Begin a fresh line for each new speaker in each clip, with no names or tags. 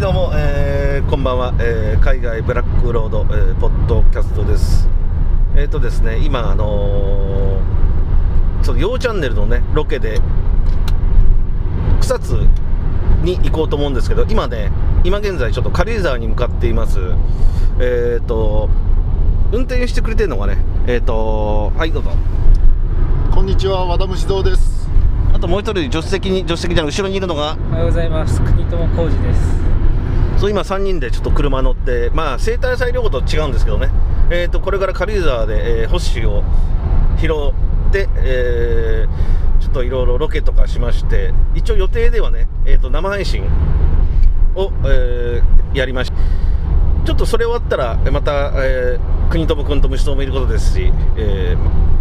どうも、えーこんばんは、えー海外ブラックロード、えーポッドキャストですえっ、とですね今あのーそのようチャンネルのねロケで草津に行こうと思うんですけど今ね今現在ちょっと軽井沢に向かっていますえっ、と運転してくれてるのがねえっ、とはいどうぞ
こんにちは和田虫蔵です
あともう一人助手席に助手席じゃない後ろにいるのが
おはようございます国友浩二です
そう今3人でちょっと車乗ってまあ生体祭旅行と違うんですけどねえー、とこれから軽井沢で、えー、星を拾って、えーちょっといろいろロケとかしまして一応予定ではね、えー、と生配信を、えーやりましたちょっとそれ終わったらまた、えー、国友君と虫友もいることですし、えー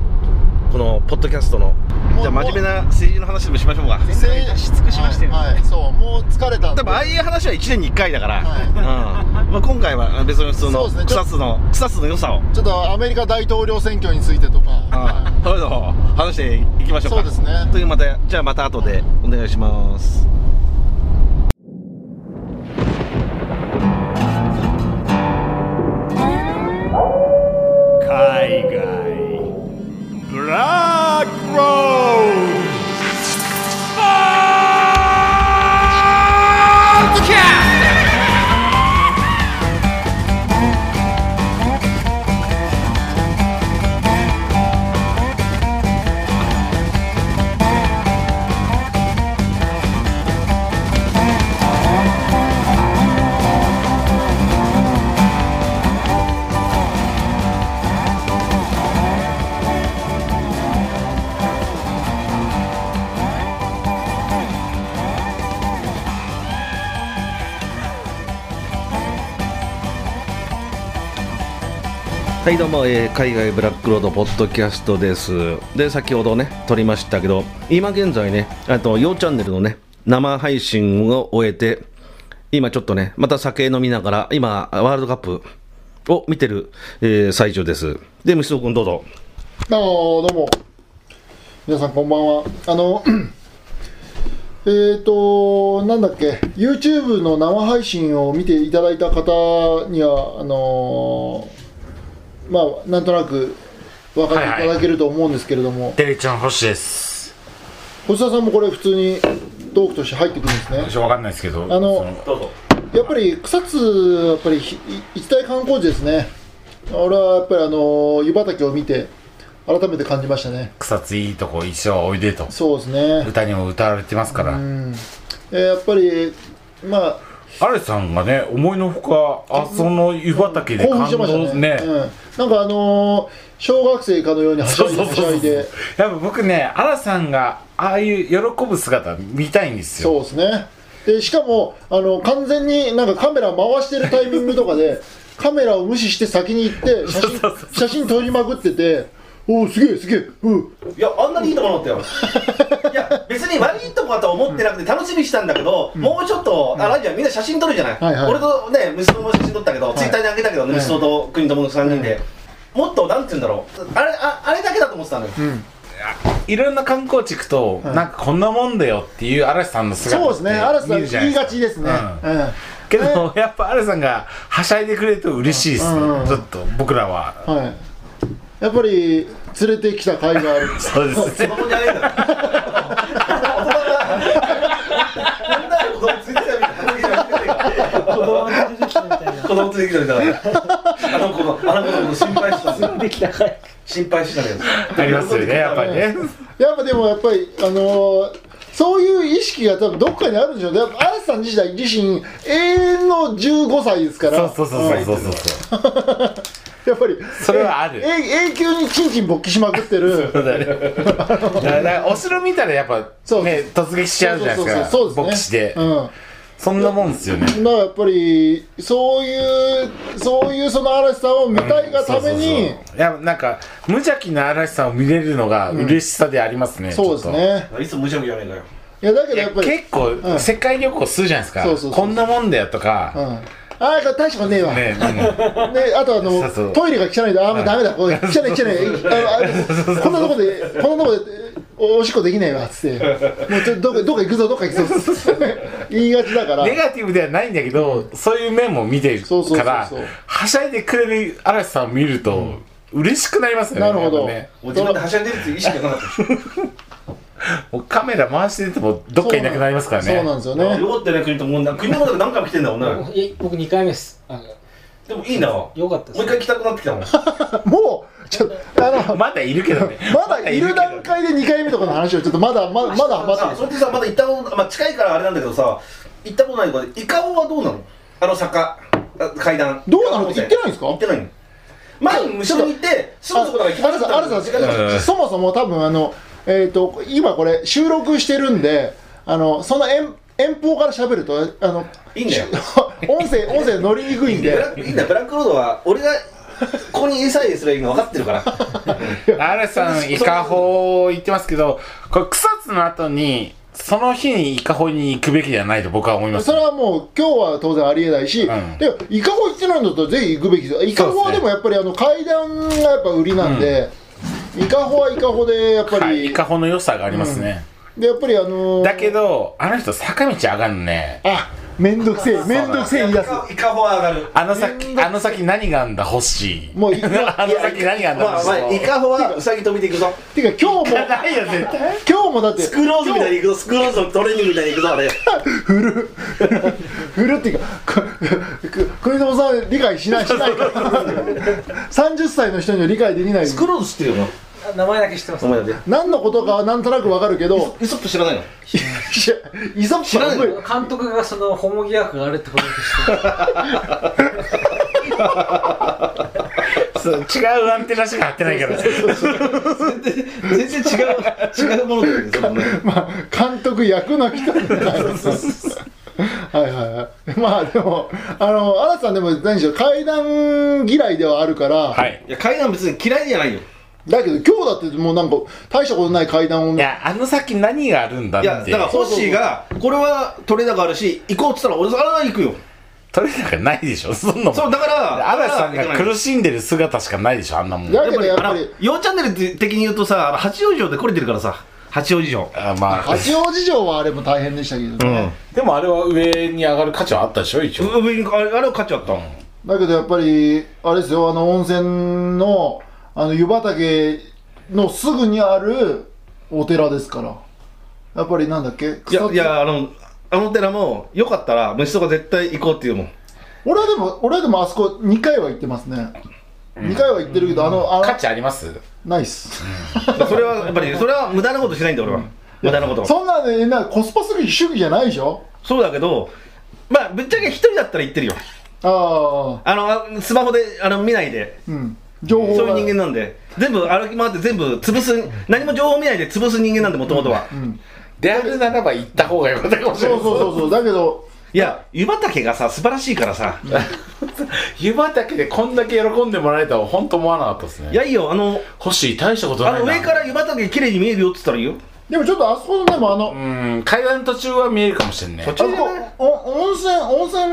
このポッドキャストのじ
もう
ゃあ真面目な政治の話でもしましょうか
全体出し尽くしましたよね
はい、はいそうもう疲れたんで
多分ああいう話は1年に1回だから、
はい
うんまあ、今回は別に普通
そう
の
ですね
草津の、草津の良さを、
ちょっとアメリカ大統領選挙についてとか、は
そういうのを話していきましょうか
そうですね
というまたじゃあまた後でお願いします
海外ブラックローズ
はいどうも、えー海外ブラックロードポッドキャストですで先ほどね撮りましたけど今現在ねあと「ようチャンネル」のね生配信を終えて今ちょっとねまた酒飲みながら今ワールドカップを見てる、えー最中ですで虫野君どうぞ
い、どうもどうも皆さんこんばんはあの えーとなんだっけ YouTube の生配信を見ていただいた方にはあのーまあなんとなく分かっていただけると思うんですけれども、
デリちゃん星です
星田さんもこれ普通にトークとして入ってくるんですね
私わかんないですけど
あのやっぱり草津、やっぱりひ一大観光地ですね、俺はやっぱりあの湯畑を見て、改めて感じましたね、
草津いいとこ一生おいでと
そうですね、
歌にも歌われてますから、
えーやっぱり、まあ、
アレさんがね思いのほかあその湯畑で
興奮
感
してました
動
ね、
ね
うん、なんかあのー小学生かのようにはし
そ
ゃ
う
いで、
そう
は
そう
し
そ
ゃ
う
いで、
やっぱ僕ねアラさんがああいう喜ぶ姿見たいんです
そう
よ
ですね、でしかもあの完全になんかカメラ回してるタイミングとかで、カメラを無視して先に行って、写真写真撮りまくってて、おお、すげえ、すげえ、うん。
いや、あんなにいいとこなかったよ。いや、別に悪いとこだとは思ってなくて、楽しみにしたんだけど、もうちょっと、あ、ラジオはみんな写真撮るじゃない。
はいはい
俺とね、息子も写真撮ったけど、ツイッターにあげたけどね、息子と国友の3人で。もっと、なんて言うんだろう。あれ、ああれだけだと思ってたのよ。
いろんな観光地行くと、なんかこんなもんだよっていうアラさんの姿
そうですね、嵐さ
見
ん
るじゃな
言いが
いですか
ちですね。
う
うん
けど、やっぱアレさんがはしゃいでくれると嬉しいですね、
うんうん
ちょっと僕らは
はい。やっぱり連れてきた甲斐がある。
そうです
子
ね
供じゃねえんだから。大人が。なんだよ、子供ついてきたみたいな話じゃなくて。
子供が出てきたみたいな
子供ついてきたみたいな。あの子の、あの子のこと心配してたんだよ。
できたかい
心配してたけど。
ありますよねやっぱりね
やっぱでもやっぱりあのーそういう意識が多分どっかにあるんでしょうね。やっぱ嵐さん自体自身永遠の15歳ですから。
そうそうそうそうそうそう
やっぱり
それはある
ええ永久にチンチン勃起しまく ってる。
そうだねだからお城見たらやっぱね
そう
突撃しちゃうじゃないですか
そうそうそうそう
牧
です
師
ね
で、そんなもんですよね
うん。だからやっぱりそういうそういうその嵐さんを見たいがために、
そうそうそういやなんか無邪気な嵐さんを見れるのが嬉しさでありますね、
そうです
ちょっ
ね。
いつも無邪気じゃねえかよ。
いやだけ
とい
ど
や
やっぱり
結構、
ん
世界旅行するじゃないですか
そうそうそう
こんなもんだよとか、
うんああ、これ大したことねえわ。ね
ねえ、
あとあの
そうそう
トイレが汚いと、ああ、もうダメだ、これ汚い汚い。あのあこんなとこで、こんなとこで、おおしっこできないわっつって、もうちょっとどっかどっか行くぞ、どっか行くぞっつって、 言いがちだから。
ネガティブではないんだけど、そういう面も見てる
そうそうそうそう
から、はしゃいでくれる嵐さんを見ると、嬉しくなりますよね。
なるほど
やっぱね
もう自分ではしゃいでるっていう意識がなかったです
もうカメラ回してても、どっかいなくなりますから
そう
ね。
なんですよね。
よかったね、国ともうな国の中何回も来てんだもんな。
え僕2回目ですあの
でもいいな。も
よかった
う
で
一
す
回来たくなってきたも ん。
もう、ちょっと、あの、
まだいるけどね。
まだいる段階で2回目とかの話を、ちょっとまだ、ままだハマって
さ
る
それってさまだ行ったこと、まあ、近いからあれなんだけどさ行ったことないからイカオはどうなのあの坂あ階段
どうなのって言ってないんですか
行ってないの前に後ろに行ってすぐそこだから行きました
あるさあるさ
時間
うん
そもそも多分あの、えー、と今これ収録してるんであのその遠遠方から喋るとあの
いいんだよ
音声音声乗りにくいん
ブ
で
ラいいんだよブラックロードは俺がここに餌入れすればいいの分かってるから
嵐さん、イカホ言ってますけど、これ草津の後に、その日にイカホに行くべきではないと僕は思います
そ。れはもう今日は当然ありえないし、
うん
でイカホ行ってないんだったらぜひ行くべきですイカホはでもやっぱりあの階段がやっぱ売りなんで、イカホはイカホでやっぱり、
はい、イカホの良さがありますね。
でやっぱりあのー
だけど、あの人坂道上がるね。
あめんどくせえめんどくせえ言い出す
イカオは上がる
あの先、あの先何があんだ、ホッシー。
も うい
あの先何があんだ、
まあまあイカホはウサギ飛びで行くぞ
ていうか今日も
ないよ、絶対。
今日もだって
スクローズみたいに行くぞスクローズのトレーニングみたいに行くぞあれ
振るっていうか、くく国友さん理解しないしないから、30歳の人には理解できない、
スクローズ知ってるよな
あ名前だけ知ってます
お前だって
何のことかはなんとなくわかるけど、
イソップ知らないの
いやイソップは覚え
監督がそのホモ疑惑があるってことでして
そう違うアンテナしか張ってないから。
全然違う違うものだよねそんなの
まあ、監督役の人みたいな。はいはいはい、まあでも、あの新さんでも何でしょう、階段嫌いではあるから、
はい。
いや階段別に嫌いじゃないよ
だけど、今日だってもうなんか、大したことない階段を
いや、あの先何があるんだ
い
っ
やだか
て。
らホッシーがこれはトレーダーがあるし行こうっつったら俺から行くよ
取れ高ないでしょ、そんなもん。
そうだから
嵐さんが苦
し
しんでる姿しかないでしょ、あんなもん。
だけどやっ
あ
ぱ
の
り、
4チャンネル的に言うとさあの八王子城で来れてるからさ八王子城
あまあ、
八王子城はあれも大変でしたけどね。
でもあれは上に上がる価値はあったでしょ、一応。
うん上にあれあれを買っちゃった、
だけどやっぱりあれですよあの温泉のあの湯畑のすぐにあるお寺ですからやっぱりなんだっけ
いや
草津
いやあのあの寺もよかったら虫とか絶対行こうっていうもん
俺はでも俺はでもあそこ2回は行ってますね、2回は行ってるけどあのあの
価値あります
ナイス
それはやっぱりそれは無駄なことしないんだ俺は、無駄なことそ
そんなねなんかコスパ主義主義じゃないでしょ
うだけどまあぶっちゃけ一人だったら行ってるよ
ああ
あのあスマホであの見ないで
うん情報が
そういう人間なんで全部歩き回って全部潰す何も情報見ないで潰す人間なんでもともとは、
うん、
であるならば行った方が良かったかもしれ
そ
な
う
い。
そうそうそうだけど
いや湯畑がさ素晴らしいからさ、
湯畑でこんだけ喜んでもらえたら本当思わなかったです
い
ね。
やいいよあの
星大したこと
あ
ない
の
な。
上から湯畑綺麗に見えるよって言ったらいいよ
でもちょっとあそこのでもあの、
うん、階段の途中は見えるかもしれんね。
途
あ
中
そこお温泉温泉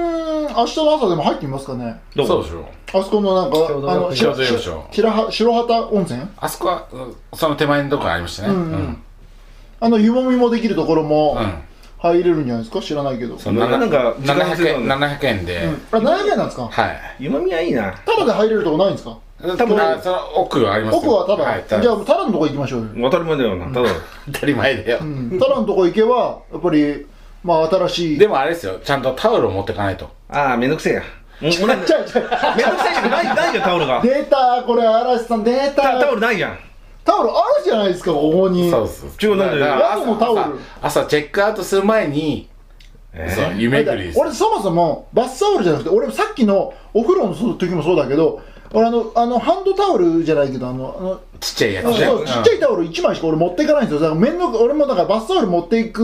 明日の朝でも入ってみますかね
ど
そう
こ
でしょ。
あそこのなんか、
共同
あの、
浴
し
場
し
共同浴場
白は白旗温泉
あそこは、うんその手前のとこにありましたね。
う
うんん。
う
うんん。
あの、湯もみもできるところも入れるんじゃないですか知らないけど。
そ
うん
な、
な
なんん
か
か、
時間
700
制限
円、700円で、
あ、何円なんですか
はい。
湯飲みはいいな
タダで入れるとこないんですか
多分、あその奥はありますよ
奥はタダ、
はい、
じゃあタダのとこ行きましょうよ。
当たり前だよなただ
当たり前だよ。
うん。タダのとこ行けば、やっぱり、まあ、新しい。
で
も、
もあれですよ、ちゃんとタオルを持ってかないと。
ああめんどくせえやもうもうなんか
ちゃうちゃう。
めんどくせえしかない ないじゃんタオルが
出たこれ、嵐さん、出た
タタオ
タ
ルないじゃん
オルあるじゃないですか、ここに。
そうそう。
違うなんで
だから
宿もタオル
朝朝チェックアウトする前に、そう、湯巡りです。
俺そもそもバスタオルじゃなくて俺さっきのお風呂の時もそうだけど俺あのあのハンドタオルじゃないけどあのあの
ちっちゃいやつ
そう
ね。
そうちっちゃいタオル1枚しか俺持っていかないんですよだから面倒く俺もだからバスタオル持っていく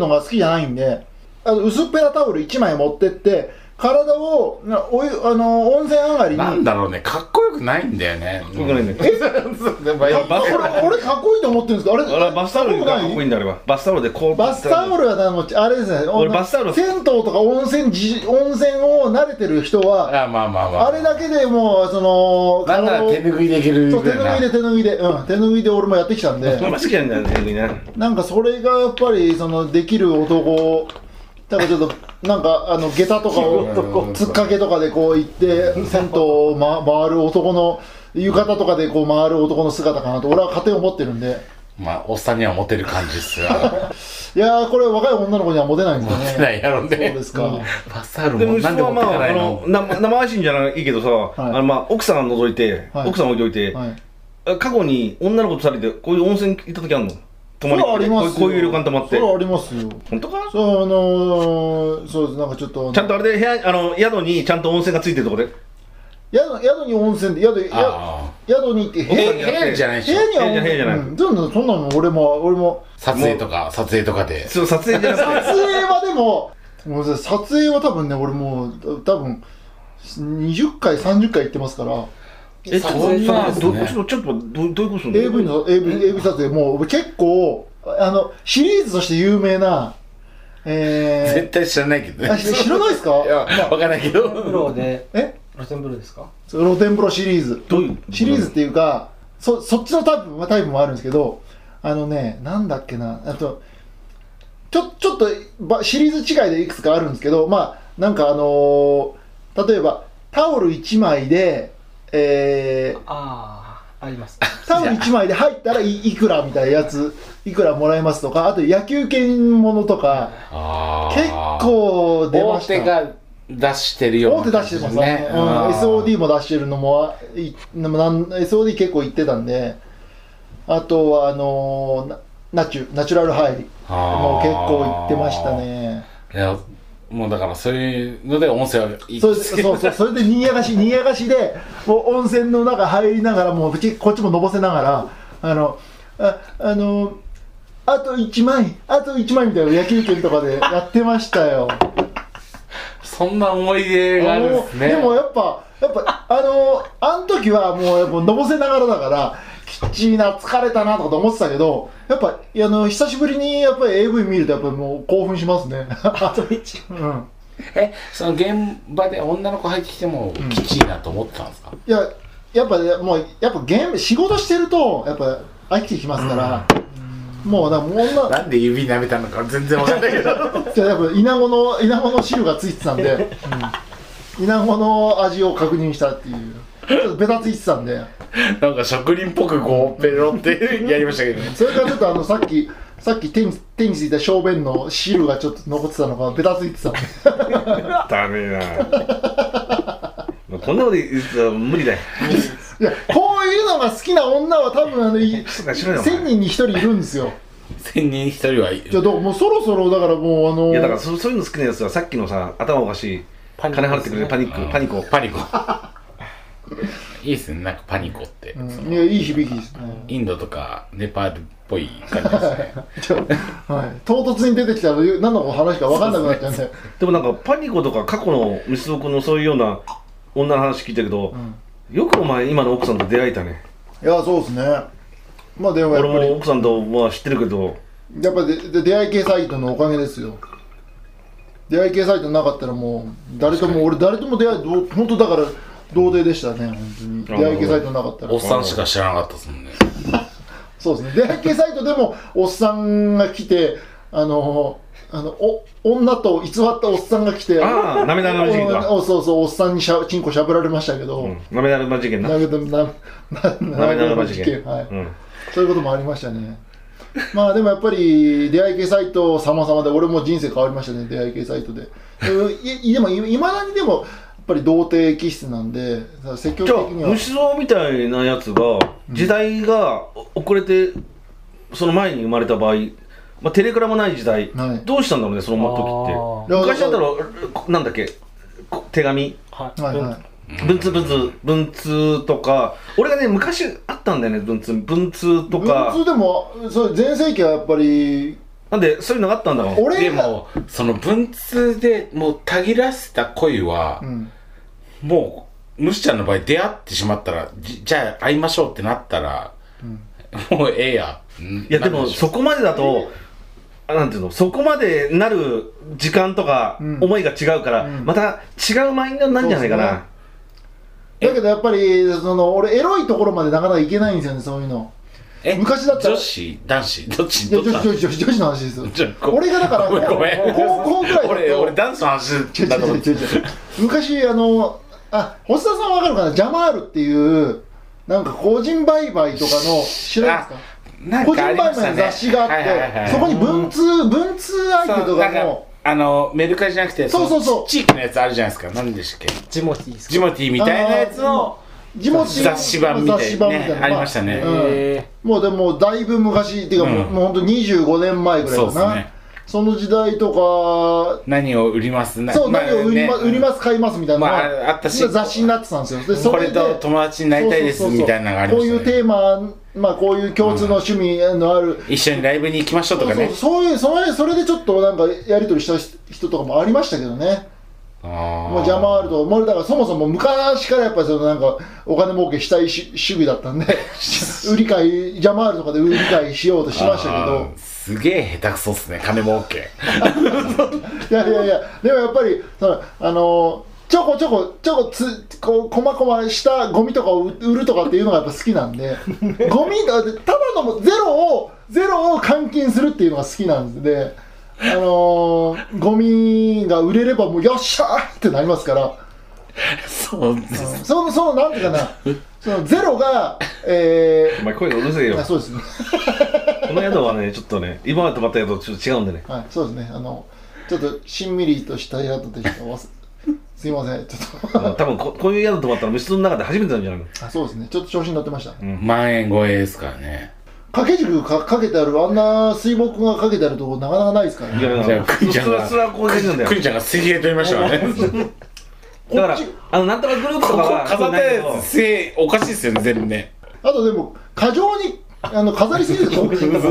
のが好きじゃないんであの薄っぺらタオル1枚持ってって体をなお湯あの温泉上がりに
なんだろうね、かっこよくないんだよね。
僕ね、
そうでもやっぱ
あ俺俺かっこいいと思ってるんですけどあ
俺
れ
はバスタオルがかっこいいんだあればバスタオルでこう
バスタオルはあのあれですね
俺バスタオル
銭湯とか温泉じ温泉を慣れてる人
あ
は
まあまあまあ。
あれだけでもうその
なんなら手拭いできる
そう
ぐ
手
らい
拭い
な
で手拭いで、うん、手拭いで俺もやってきたんで
あんま好きじゃないんだよね逆にね
なんかそれがやっぱりそのできる男だからちょっとなんかあの下駄とか をつっかけとかでこう行って銭湯を、ま、回る男の浴衣とかでこう回る男の姿かなと俺は勝手に思ってるんで
まあ、おっさんにはモテる感じっすよ。
いやーこれ若い女の子にはモテないんです
モ
よね
テ ないやろね。
そうですか
んバスタオル
で
も
息
なん
子
で
は
持っ
ま
てか
あ
な
あ
い
の
の
生生配信じゃないけどさ、あのまあ奥さんが除いて、
はい
奥さん置いておいて、
はい
過去に女の子と二人でこういう温泉行った時あるの泊まり
それはありますよ
こういうこういう旅館泊まっ
そ
て
れはありますよ
本当か
そうあのー、そうですなんかちょっと
ちゃんとあれで部屋あの宿にちゃんと温泉がついてるとこで
宿宿に温泉で宿や
あ
宿に行って
あ。
部
部
屋
屋部屋じゃないで
部
しょ
屋には温
部屋
泉
じゃない
うん、そんなそんなの俺も俺も
撮影とか、撮影とかで。
そう撮影じゃ
撮
なくて
影はでももう撮影は多分ね俺もう多分20回30回行ってますから
え
撮影そ
そ
うう
な
なんん
で
ですすね
どどちょっとどどういうことするの
AV の AV, AV 撮影もう結構あのシリーズとして有名な
絶
え
対知らないけど
ー、あ
ね。
し知らないですか
いや、わかんないけど。
プロで
え
露天風呂ですか
露天風呂シリーズ
どういう
シリーズっていうかそそっちのタイプタイプもあるんですけどあのねなんだっけなあとちょちょっとばシリーズ違いでいくつかあるんですけどまあなんかあのー例えばタオル1枚で、えー
あああります
タオル1枚で入ったらいいくらみたいなやついくらもらえますとかあと野球券ものとか
ああ。
結構出ま
大
し
手
た
が出してるよう
大手出してますねうん、SOD も出してるのもいなん SOD 結構行ってたんであとはあのーナナチュナチュラルハイもう結構行ってましたね
いやもうだからそういうので音声は行
それでそうそうそれでにぎやかしにぎやかしでもう温泉の中入りながらもうこっちこっちものぼせながらあのああのーあと1枚あと1枚みたいな野球券とかでやってましたよ
そんな思い出があるんですね
でもやっぱやっぱあのあの時はもうやっぱのぼせながらだからきっちいな疲れたなとかと思ってたけどやっぱあの久しぶりにやっぱり AV 見るとやっぱりもう興奮しますね
あと一
うん
えその現場で女の子入ってきてもきちいなと思ってたんですか、
いややっぱねもうやっぱゲーム仕事してるとやっぱ飽きてきますから、もうなもう女
なんで指舐めたのか全然わかんないけど
じゃやっぱイナゴのイナゴの汁がついてたんで、うん、イナゴの味を確認したっていうちょっとベタついてたんで
なんか職人っぽくこうペロってやりましたけどね
それからちょっとあのさっきさっき手に手についた小便の汁がちょっと残ってたのがベタついてたんで
ダメな こんなこと言ったら無理だよ
いやこういうのが好きな女は多分あのい
とかしろよお前
1000人に1人いるんですよ
千人に一人はい
じゃ
る
あどうもうそろそろだからもうあの
いやだからそそういうの好きなやつはさっきのさ頭おかしい
パ
金
ニックですね
払ってくれるパニックパニコ
パニコ いいですねなんかパニコって、
うんいやいい響きですね
インドとかネパールっぽい感じですね
ちょはい、唐突に出てきたら何の話か分かんなくなっちゃうんで
でもなんかパニコとか過去のミスド君のそういうような女の話聞いたけど、よくお前今の奥さんと出会えたね
いやそうですねまあでもや
俺
っぱ
も
り
奥さんとは知ってるけど
やっぱでで出会い系サイトのおかげですよ出会い系サイトなかったらもう誰とも俺誰とも出会いどう本当だから同棲でしたね本当に出会い系サイトなかったら
おっさんしか知らなかったですもんね
そうですね出会い系サイトでもおっさんが来てあのあのお女と偽ったおっさんが来て
ああなめなめ事件だ
おおそうそうおっさんにしゃチンコしゃぶられましたけど、
なめなめ事件な
なめななな
なめなめ事
事
件
件、はい
うん
そういうこともありましたね。まあでもやっぱり出会い系サイト様々で俺も人生変わりましたね出会い系サイトで。いいでもいまだにでもやっぱり童貞気質なんで積極
じゃあ
的には
虫蔵みたいなやつが時代が遅れてその前に生まれた場合、まあ、テレクラもない時代、
はい
どうしたんだろうねその時って
あー
昔だったらなんだっけこ手紙
はい
はいはい。
文通文通文通とか俺がね昔あったんだよね文通文通とか
文通でもそれ全盛期はやっぱり
なんでそういうのがあったんだから
俺
でもその文通でもうたぎらせた恋は
う、ん、
もうむしちゃんの場合出会ってしまったらじじゃあ会いましょうってなったら、もうええや
いやでもそ
こ
こまでだと、あなんていうのそこまでなる時間とか
うん
思いが違うから、
うん
また違うマインドになるんじゃないかな、
だけどやっぱりその俺エロいところまでなかなかいけないんですよねそういうの
え
昔だったら
女子男子どっち
いや
ど
女
っ
子
ち
女子女子女子の話ですよ
ちょご
俺がだから
ごめんごめん
高校ぐらいだと
俺俺ダンスの
違う
話だ
違
と思
う
っ
違
て
う違う昔あのあ星田さんわかるかなジャマールっていうなんか個人売買とかの知らないですか
なん
個人
かあ
売
りま
買
した
の
ね
雑誌があって、
はいはいはい
そこに文通文通アイテム
そ
と
う
か
なんか
も
あのメルカリじゃなくて
そうそうそう
の地域のやつあるじゃないですか何でしたっけ
ジモティですか
ジモティーみたいなやつの
地元紙
雑誌版みたいなねありましたね
うん
へ
もうでもだいぶ昔っていうかもう,、
うん
もうほんと25年前ぐらいか
そう
な
で
そ
すね
の時代と
何を売ります
か
な
そう、
まあ
何を売り,、ま
ね
売ります買いますみたいなのが、
まああったし
雑誌になってたんですよでそ
こ
で
れと友達になりたいですみたいなのがあり
そ
ま
う
し
そうそうそうこういう
た
テ
ね
ーマ、まあ、こういう共通の趣味のある、
一緒にライブに行きましょうと
そう
か
そ
ね
うそういうそのそれでちょっとなんかやり取りした人とかもありましたけどね
も
もうジャマールともうだからそもそも昔からやっぱりそのなんかお金儲けしたいし主義だった んで売り買いジャマールとかで売り買いしようとしましたけど
すげえ下手くそっすね金儲け
いやいやいやでもやっぱりそのあのちょこちょこちょこつこうこまこましたゴミとかを売るとかっていうのがやっぱ好きなんでゴミだってただのゼロをゼロを換金するっていうのが好きなんであのーゴミが売れればもうよっしゃーってなりますから
そうです
うんそのそのなんていうかなそのゼロがえ
お前声がうるせえよ
ー、あそうですね
この宿はねちょっとね今まで泊まった宿とちょっと違うんでね
はい、そうですね。あの、ちょっとしんみりとした宿でした。おわすすいません、ちょっと。
多分ここういう宿泊まったら虫の中で初めてなんじゃないの
あそうですね、ちょっと調子に乗ってました。
万円超えですからね
掛け軸かかけてある、あんな水墨がかけてあるとこなかなかないですから
いや
ね。
いや
じゃあくんちゃん
それは
が
それはこういう感じなんだよ
くんちゃんが水平取りましたからね
だから
こっち
あのなんとかグループと
こ
か
こ
は
飾った
ないけど
やつせおかしいですよね全部ね
あとでも、過剰にあの飾りすぎ ると、こ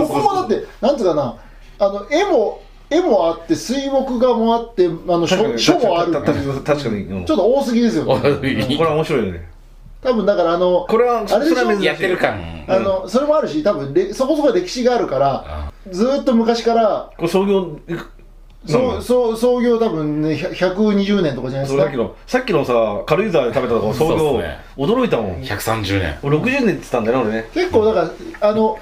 こもだって、なんつうかな、あの、絵も、絵もあって、水墨画もあって、あの、書書もある
確
って
かに
いう。
確かにうん
ちょっと多すぎですよ
お
ね。
い
これは面白いよね
多分だから、あの、
これは
あれでしょ
それは珍しい
やってる感
あのそれもあるし、多分れそこそこ歴史があるから、ずーっと昔から、
これ創業いく
そうそう創業多分ね100 120年とかじゃないです
それ
か
さっきのさっきのさ軽井沢で食べたとこ創
そ
業、
うっすね
驚いたもん
130年
俺60年って言ってたんだよね俺ね
結構だからあの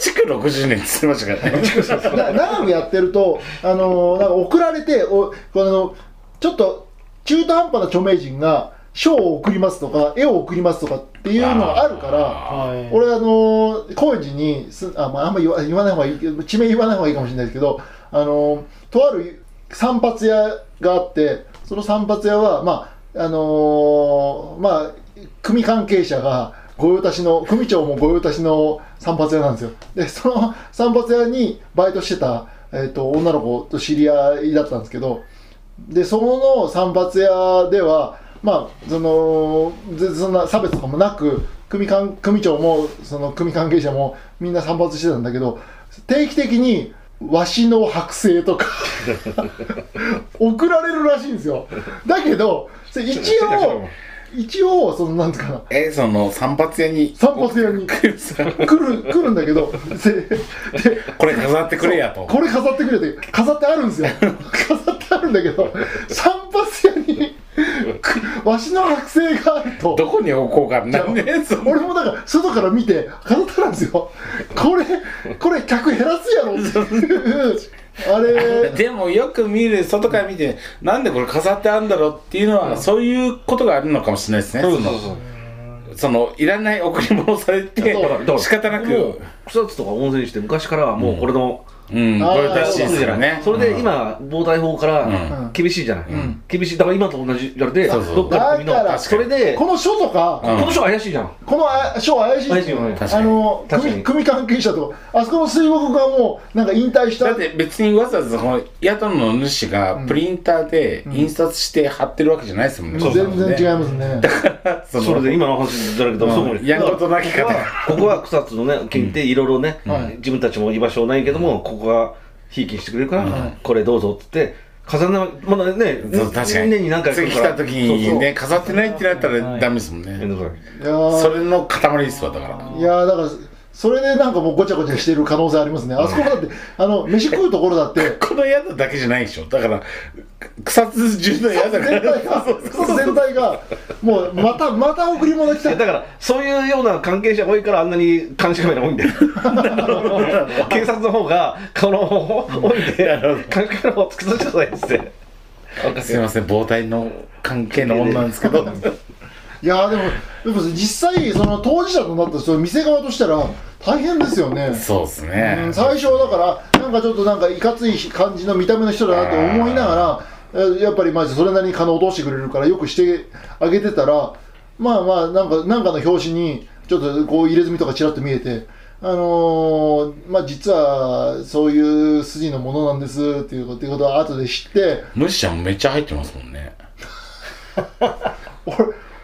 築60年って言ってましたからね
俺な長くや ってるとあのなんか送られておこのちょっと中途半端な著名人が賞を送りますとか絵を送りますとかっていうのがあるから
あ
はい
俺あの高円寺にすあ,、まあ、あんま言わ言わない方がいいけど地名言わない方がいいかもしれないですけどあのとある散髪屋があってその散髪屋はまああのまあ組関係者が御用達の組長も御用達の散髪屋なんですよでその散髪屋にバイトしてた、えー、と女の子と知り合いだったんですけどでその散髪屋ではまあそのぜそんな差別とかもなく組関組長もその組関係者もみんな散髪してたんだけど定期的にわしの剥製とか 送られるらしいんですよだけどそれ一応一応そのなんていうかな
えその散髪屋に
散髪屋に
来るさ
来る来るんだけどせで
これ飾ってくれやと
これ飾ってくれって飾ってあるんですよ飾ってあるんだけど散髪屋にくわしの剥製があると
どこに置こうかなんでその
俺もだから外から見て飾ってあるんですよこれこれ客減らす やろっていうあれ
でもよく見る外から見てなんでこれ飾ってあるんだろうっていうのは、そういうことがあるのかもしれないですね
そう
そ
そう
の
そう
そのいらない贈り物をされて
そうだ
から
仕方な
もう
く
草津とか温泉して昔からはもうこれの、
うん
あー
これらしいですからね
それで今防大法から
ん
厳しいじゃない、
ん
厳しいだから今と同じあれで
そうそう
どっかの国
だか
の
ら
それでこ
この書とか、
うん
の人怪しいじゃん
このあ賞怪しいですよね
怪しいよね
あの
確かに
組組関係者とかあそこの水墨画もなんか引退した
だって別にわざわざその宿の主がプリンターで印刷して貼ってるわけじゃないですもんね、
全然違いますね
その
それで今の話じゃなくても、そう
やんことなき方
ここは草津のね県っていろいろね、
うん
自分たちも居場所ないけども、ここがひいきにしてくれるから、これどうぞって言って飾らないまだね
そう確かに
年に何回か
次来た時にね飾ってないってなった
は
ら
い
ダメですもん
そうそうめん
ね
どくさい
いやー
それの塊ですわだから
いやーだからそれでなんかもうごちゃごちゃしてる可能性ありますねあそこだってあの飯食うところだ って
この宿だけじゃないでしょだから草津中の宿
全体
から
がそう全体がもうまたまた贈り物来
いや
た
だから そういうような関係者多いからあんなに監視カメラ多い んだよ警察の方がこの多いんで監視カメラを作らせてくださいっつって
すいません膨大の関係の女なんですけど
いやーでもでも実際その当事者となったその店側としたら大変ですよね
そうです
う
ね
ん最初だからなんかちょっとなんかいかつい感じの見た目の人だなと思いながらえやっぱりまあそれなりに金を落としてくれるからよくしてあげてたらまあまあなんかなんかの表紙にちょっとこう入れ墨とかちらっと見えて。あのーまあ実はそういう筋のものなんですっていうことっていうことは後で知って
むしちゃんめっちゃ入ってますもんね
俺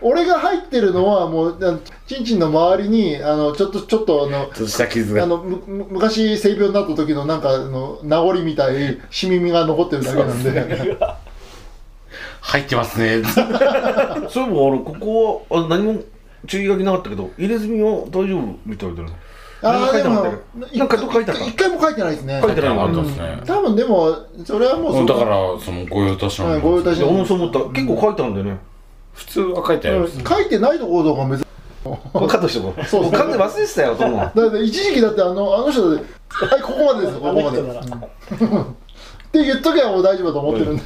俺が入ってるのはもうあのちんちんの周りにあのちょっとちょっとあの
ちょっとした傷
あ
が
のむむ昔性病になった時のなんかあの名残みたいしみみが残ってるだけなんで
入ってますね
そういえばあのここはあ何も注意書きなかったけど入れ墨は大丈夫みたいだね
ああで
なんか書いて
も
なかったけどなんかどっか書いてあった
一回も書いてないですね
書いてないの
あ
あ
っ
ったた
んで
んですす
ね
多分でもそれはもう
だか
そ
らそのご用達な
は
の
いご用達
いや俺もそう思った結構書いてあるんだよね
普通は書いてあり
う
ま
ん
す
書いてないところとか珍しい
これカットしてこう
そうそう
もう完全に忘れてたよそんなの
だって一時期だってあのあの人だってはいここまで ですここまで、
あの人なら
うんって言っとけばもう大丈夫だと思ってるんで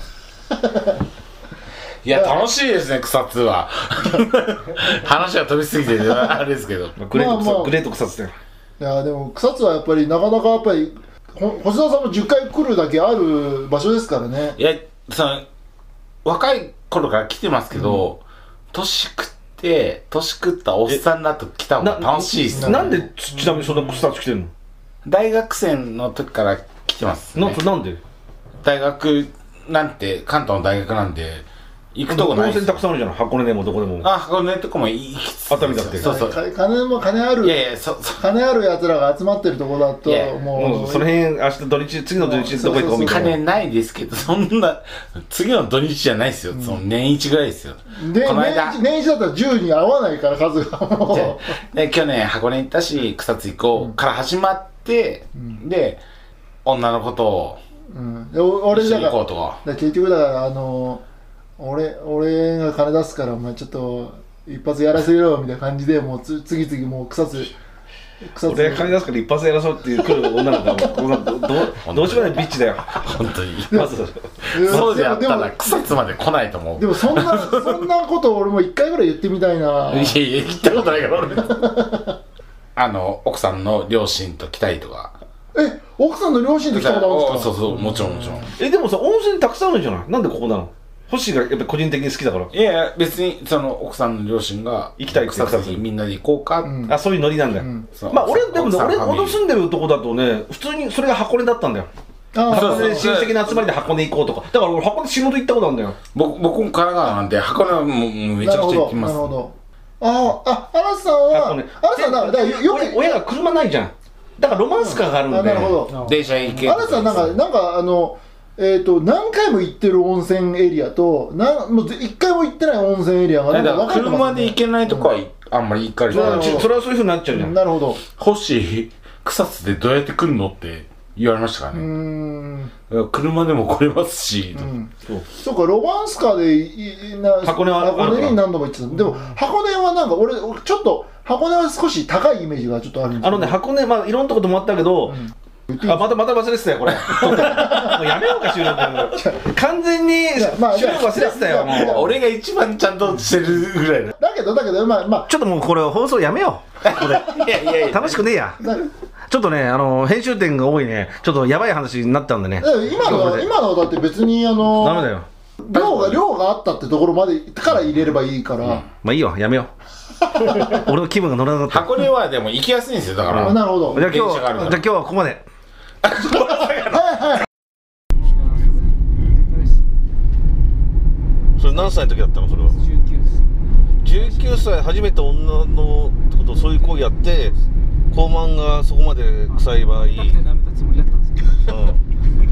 いや楽しいですね草津は 話が飛びすぎてあれですけど
グレー
まあ
ト
まあ
草グレート草っつって
いやでも草津はやっぱりなかなかやっぱりほ星田さんも10回来るだけある場所ですからね
いやその若い頃から来てますけど、年食って年食ったおっさんだと来た方が楽しいですね
なんでちちなみにそんな草つ来てんの
大学生の時から来てます、
なん
ね
と、なんで
大学なんて関東の大学なんで行くとこな
温
いで
泉
す
たくさんあるじゃない箱根でもどこでも
あ箱根とこも行きつつ
熱海だって
そうそう
か金も金ある
いやいやそそ
金あるやつらが集まってるとこだと
いや
も
も
う
うその辺明日土日次の土日どこ行こうみたいな
金ないですけどそんな次の土日じゃないですよ、その年一ぐらいですよ
で
この間
年一年一だったら10に合わないから数がもう
で去年箱根行ったし草津行こうから始まって、で女の子と
うんでお俺
一
だ
緒に
か
行
ら
こう
だか
とか
ら結局だからあの俺俺が金出すからお前ちょっと一発やらせろよみたいな感じでもうつ次々もう草津草津
俺が金出すから一発やらそうっていう来る女の子がこんなどどどうしようもないビッチだよ
本当に
まず
で
そうであった
で
ら
も
草津まで来ないと思う
でもそんなそんなことを俺も一回ぐらい言ってみたいない
やいや行ったことないから俺 あの奥さんの両親と来たりとか
え奥さんの両親と来たことあるんですか
そうそうもちろんもちろん
えでもさ温泉たくさんあるじゃないなんでここなの星がやっぱり個人的に好きだから
いやいや別にその奥さんの両親が
行きたい
草
草
津
津
に
に
みんなで行こうか、
うん
あそういうノリなんだよ、
うん
そう
まあ俺でも
奥
ね
さん
俺
ファミリー
俺の住んでるとこだとね普通にそれが箱根だったんだよ
あ
そうそ
箱
う
根で親戚の集まりで箱根行こうとかだから俺箱根仕事行ったことあるんだよ
僕僕も神奈川なんで箱根はもうもうめちゃくちゃ行きます
なるほどなるほどああ嵐さんは
箱根
嵐さんはだからよよく
親親が車ないじゃんだからロマンスカーがあるんで、
あなるほど
電車行け
嵐さんなんかなんかあのえっ、と何回も行ってる温泉エリアとなんもう一回も行ってない温泉エリアがな
だ
んから
か
分かれてま
車
すね
で行けないとこはあんまり行かれて
なる
な
ほ
い
ど
それはそういうふうになっちゃうじゃん、
なるほど
星草津でどうやって来るのって言われましたから
うー
ね、
ん
車でも来れますし、
うん
そう
そうかロマンスカーでいいな
箱根は
箱根に何度も行ってたでも箱根はなんか俺ちょっと箱根は少し高いイメージがちょっとあるんです
あ
よ
のね、箱根、まあ、いろんなとこ泊まったけど、あまたまた忘れてたよ、これ。もうやめようか、収録。完全に収録
まあ
忘れてたよ、
いやいや
もう。
俺が一番ちゃんとしてるぐらい
だけどだけどまあまあ
ちょっともうこれ放送やめよう。ここで
のいやいやい
楽しくねえや。
なんか
ちょっとね、あの、編集点が多いね、ちょっとやばい話になったんでね。
だから今の
こ
は
れで
今のはだって別にあの
ダメだよ。
量が量があったってところまでから入れればいいから、
まあいいよ、やめよう。 俺の気分が乗らなかっ
箱根はでも行きやすいんですよだか
あ
ら
なるほど
た。じゃあ今日、
電
じ
車があ
ゃ
る
あ
から
今日はここまで。それ何歳の時だったのそれは
19です
19歳初めて女の子とそういう行為やって高慢がそこまで臭い場合、うん、
舐めたつもりだったんですけど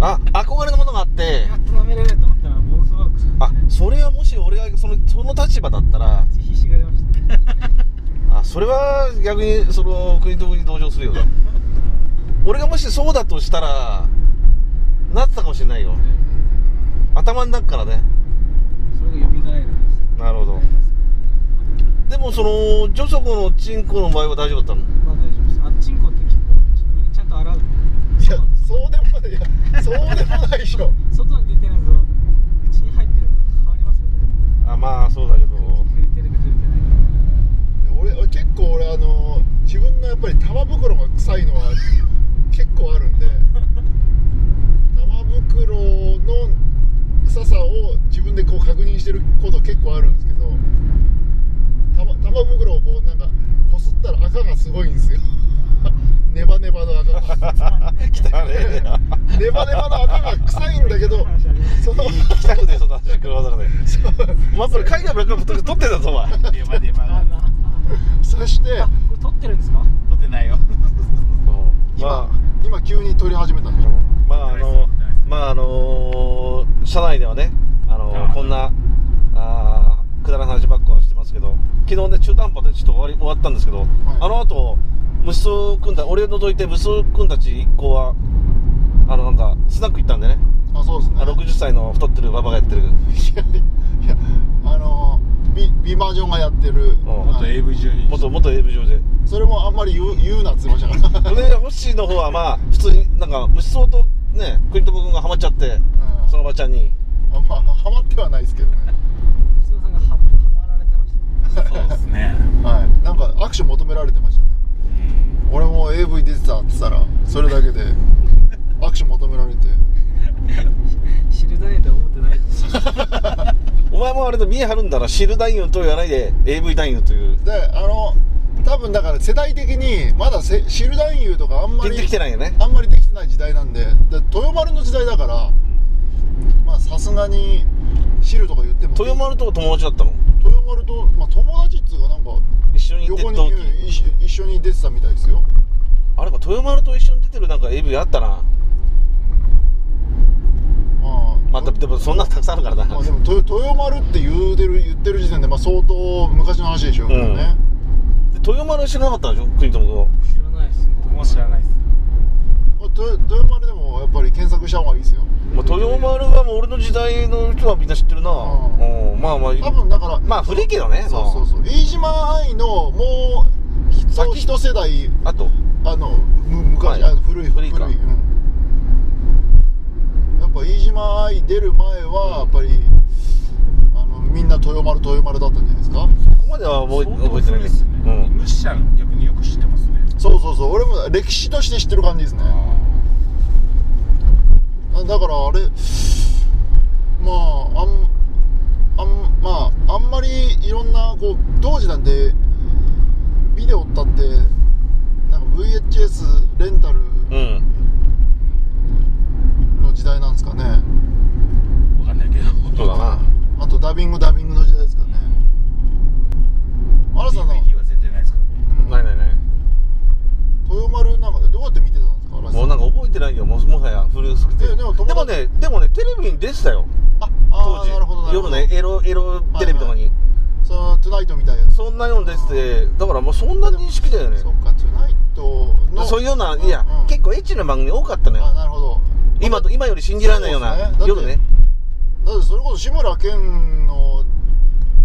あ憧れのものがあって
やっと舐められると思ったらもう嘘ばっか
あそれはもし俺がそのその立場だったら
り必死が出ました
あそれは逆にその国とに同情するよな俺がもしそうだとしたらなってたかもしれないよ頭の中からね
それが蘇るんです
なるほどでもその女祖子のチンコの場合は大丈夫だったの
まあ大丈夫ですあのチンコって結構みんなちゃんと洗う
いやそうでもないいやそうでもないでしょ
外に出てるのとうちに入ってるのと変わりますよね
あまあそうだけど
空気触れてるか触れてないか
俺俺結構俺あの自分のやっぱり玉袋が臭いの は結構あるんで玉袋の臭さを自分でこう確認してること結構あるんですけど玉玉袋をこうなんかこすったら赤がすごいん ですよネバネバの赤が
来たね
ネバネバの赤が臭いんだけどその
来たくて育ち車の中でまずそれ海外の車撮ってんだぞお前
出ば出
あ
ば
な
そして
あこれ撮ってるんですか
取ってないよ
ま
今今急に撮り始めたんでしょ
あまああのまああの社内ではねあの
あー
こんなあーくだらない話ばっかはしてますけど昨日ね中途半端でちょっと終わり終わったんですけど、あの後息子くんた俺を除いて息子くんたち一行はあのなんかスナック行ったんでね
あそうですね
あ60歳の太ってるババがやってる
いやいやあの美美魔女がやってる、
あと
はい
AV 女優
元元 AV 上で
それもあんまり言う言うなっつってましたか ら、うん
それで星の方はまあ普通になんか虫草とね栗友君がハマっちゃってそのおばちゃんに
あんまハマってはないですけどね
吉野さんがははまられてました
そうですね
はいなんか握手求められてましたね俺も AV 出てたって言ったらそれだけで握手求められて
知るだねとは思ってないです
お前もあれで見え張るんだら知る男優と言わないで AV 男優という
であの多分だから世代的にまだせ知る男優とかあんま
ピン
り
てきてないよね
あんまりできてない時代なんでで豊丸の時代だからまあさすがに知るとか言っても
豊丸と友達だったの
豊丸と、まあ、友達っつうかなんか
一緒に行って
横
同
に
期
い一緒一緒に出てたみたいですよ
あれか豊丸と一緒に出てるなんか AV あったな
まあ
またでもそんなのたくさんあるからな
まあでもと豊丸って言うてる言ってる時点で、まあ、相当昔の話でしょうけどね、
で豊丸知らなかったでしょ国友君は
知らないですね
もう知らないです
まあと豊丸でもやっぱり検索した方がいいですよ
まあ豊丸はもう俺の時代の人はみんな知ってるな
うん
うんまあまあ
多分だから
まあ古いけどね
そうそうそう飯島範囲のもうひ
先
そう一世代
あと
あのむ昔、
はい
あの古い
古いか
うん、やっぱ飯島愛出る前はやっぱりあのみんな豊丸豊丸だったんじゃないですか
ここまでは覚え覚えてない
ですね
うん
無視者逆によく知ってますね
そうそうそう俺も歴史として知ってる感じですねあだからあれまああんあんまああんまりいろんなこう当時なんでビデオったってなんか VHS レンタル
うん
の時代なんですかね
わかんないけど
そうだな
あとダビングダビングの時代ですかねあらさんの、
DVD は絶対ないですか
うん
ないないない
豊丸なんかどうやって見てたんですか荒井さん
もうなんか覚えてないよもうもはや古くて
えでも友達
でもねでもねテレビに出てたよ
ああ
当
ー
時
なるほどなるほ
夜
ど
ねエロエロテレビとかに、
そのトゥナイトみたいなやつ
そんなように出ててだからもうそんな認識だよね
そっかトゥナイトの
そういうような、いや、
うんうん
結構エッチな番組多かったの
あ
よ
なるほど
今と今より信じられないよう
そうです
な
ねだって
夜ね
だってそれこそ志村けんの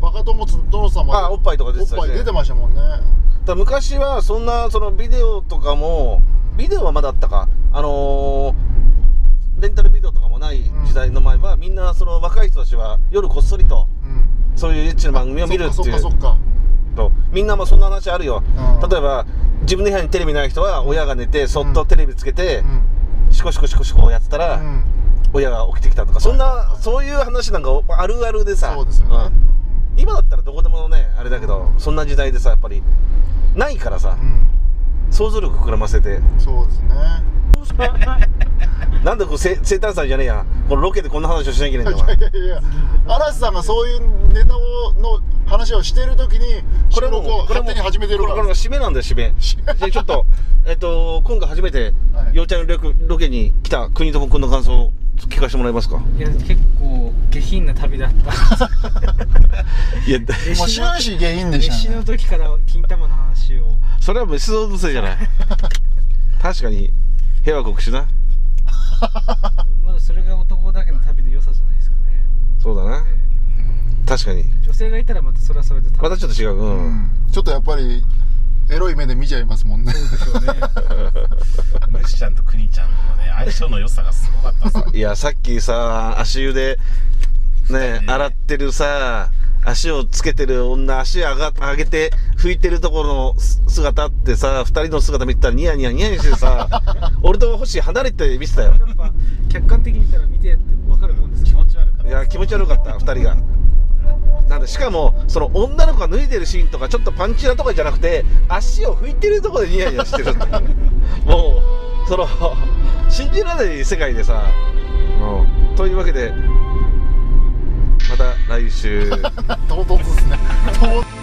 バカ友殿様
あおっぱいとか出てたしね
おっぱい出てましたもんね
だから昔はそんなそのビデオとかも
うん
ビデオはまだあったかあのーレンタルビデオとかもない時代の前は、みんなその若い人たちは夜こっそりと
うん
そういうエッチな番組を見るって
そっ
い
かそっ
う
か
とみんなもそんな話あるよ、
うん
例えば自分の部屋にテレビない人は親が寝てそっとテレビつけて
そっ、か
シコシコシコシコやってたら、
うん、うん、
親が起きてきたとかそんな、
はいはい
そういう話なんかあるあるでさ
そうですよね
うん今だったらどこでもねあれだけど、
うん
そんな時代でさやっぱりないからさ
う、ん、
想像力膨らませて
そうですね
なんでこうせ生誕祭じゃねえやこのロケでこんな話をしなきゃいけないんだから
いやいやいや嵐さんがそういうネタをの話をしている時に
こ
こ
れ
れ
も
もこう勝手に始めてるか
これこれ
ら
締めなんだよ締めでちょっとえっと今回初めて
はい
陽ちゃんのロケロケに来た国友君の感想を聞かせてもらえますか
いや結構下品な旅だった
いや
もう終始原因でし
飯
たね
の時から金玉の話を
それは別のせいじゃない 確かに平和国主な
まだそれが男だけの旅の良さじゃないですかね、
そうだな
え
確かに
え女性がいたらまたそれはそれで楽しい
またちょっと違うう
うんんちょっとやっぱりエロい目で見ちゃいますもんね
そうでしょうね
むしちゃんとくにちゃんのね相性の良さがすごかったさ
いやさっきさ足湯でね洗ってるさ足をつけてる女足上が上げて拭いてるところのす姿ってさ二人の姿見てたらニヤニヤニヤニヤして さ俺と星離れて見てたよ
やっぱ客観的に見たら見てって分かるもんですけ
気
ど
持ち悪かっ
いや気持ち悪かった二人がなんでしかもその女の子が脱いでるシーンとかちょっとパンチラとかじゃなくて足を拭いてるところでニヤニヤしてるって もうその 信じられない世界でさうんというわけでまた来週。
唐突ですね唐突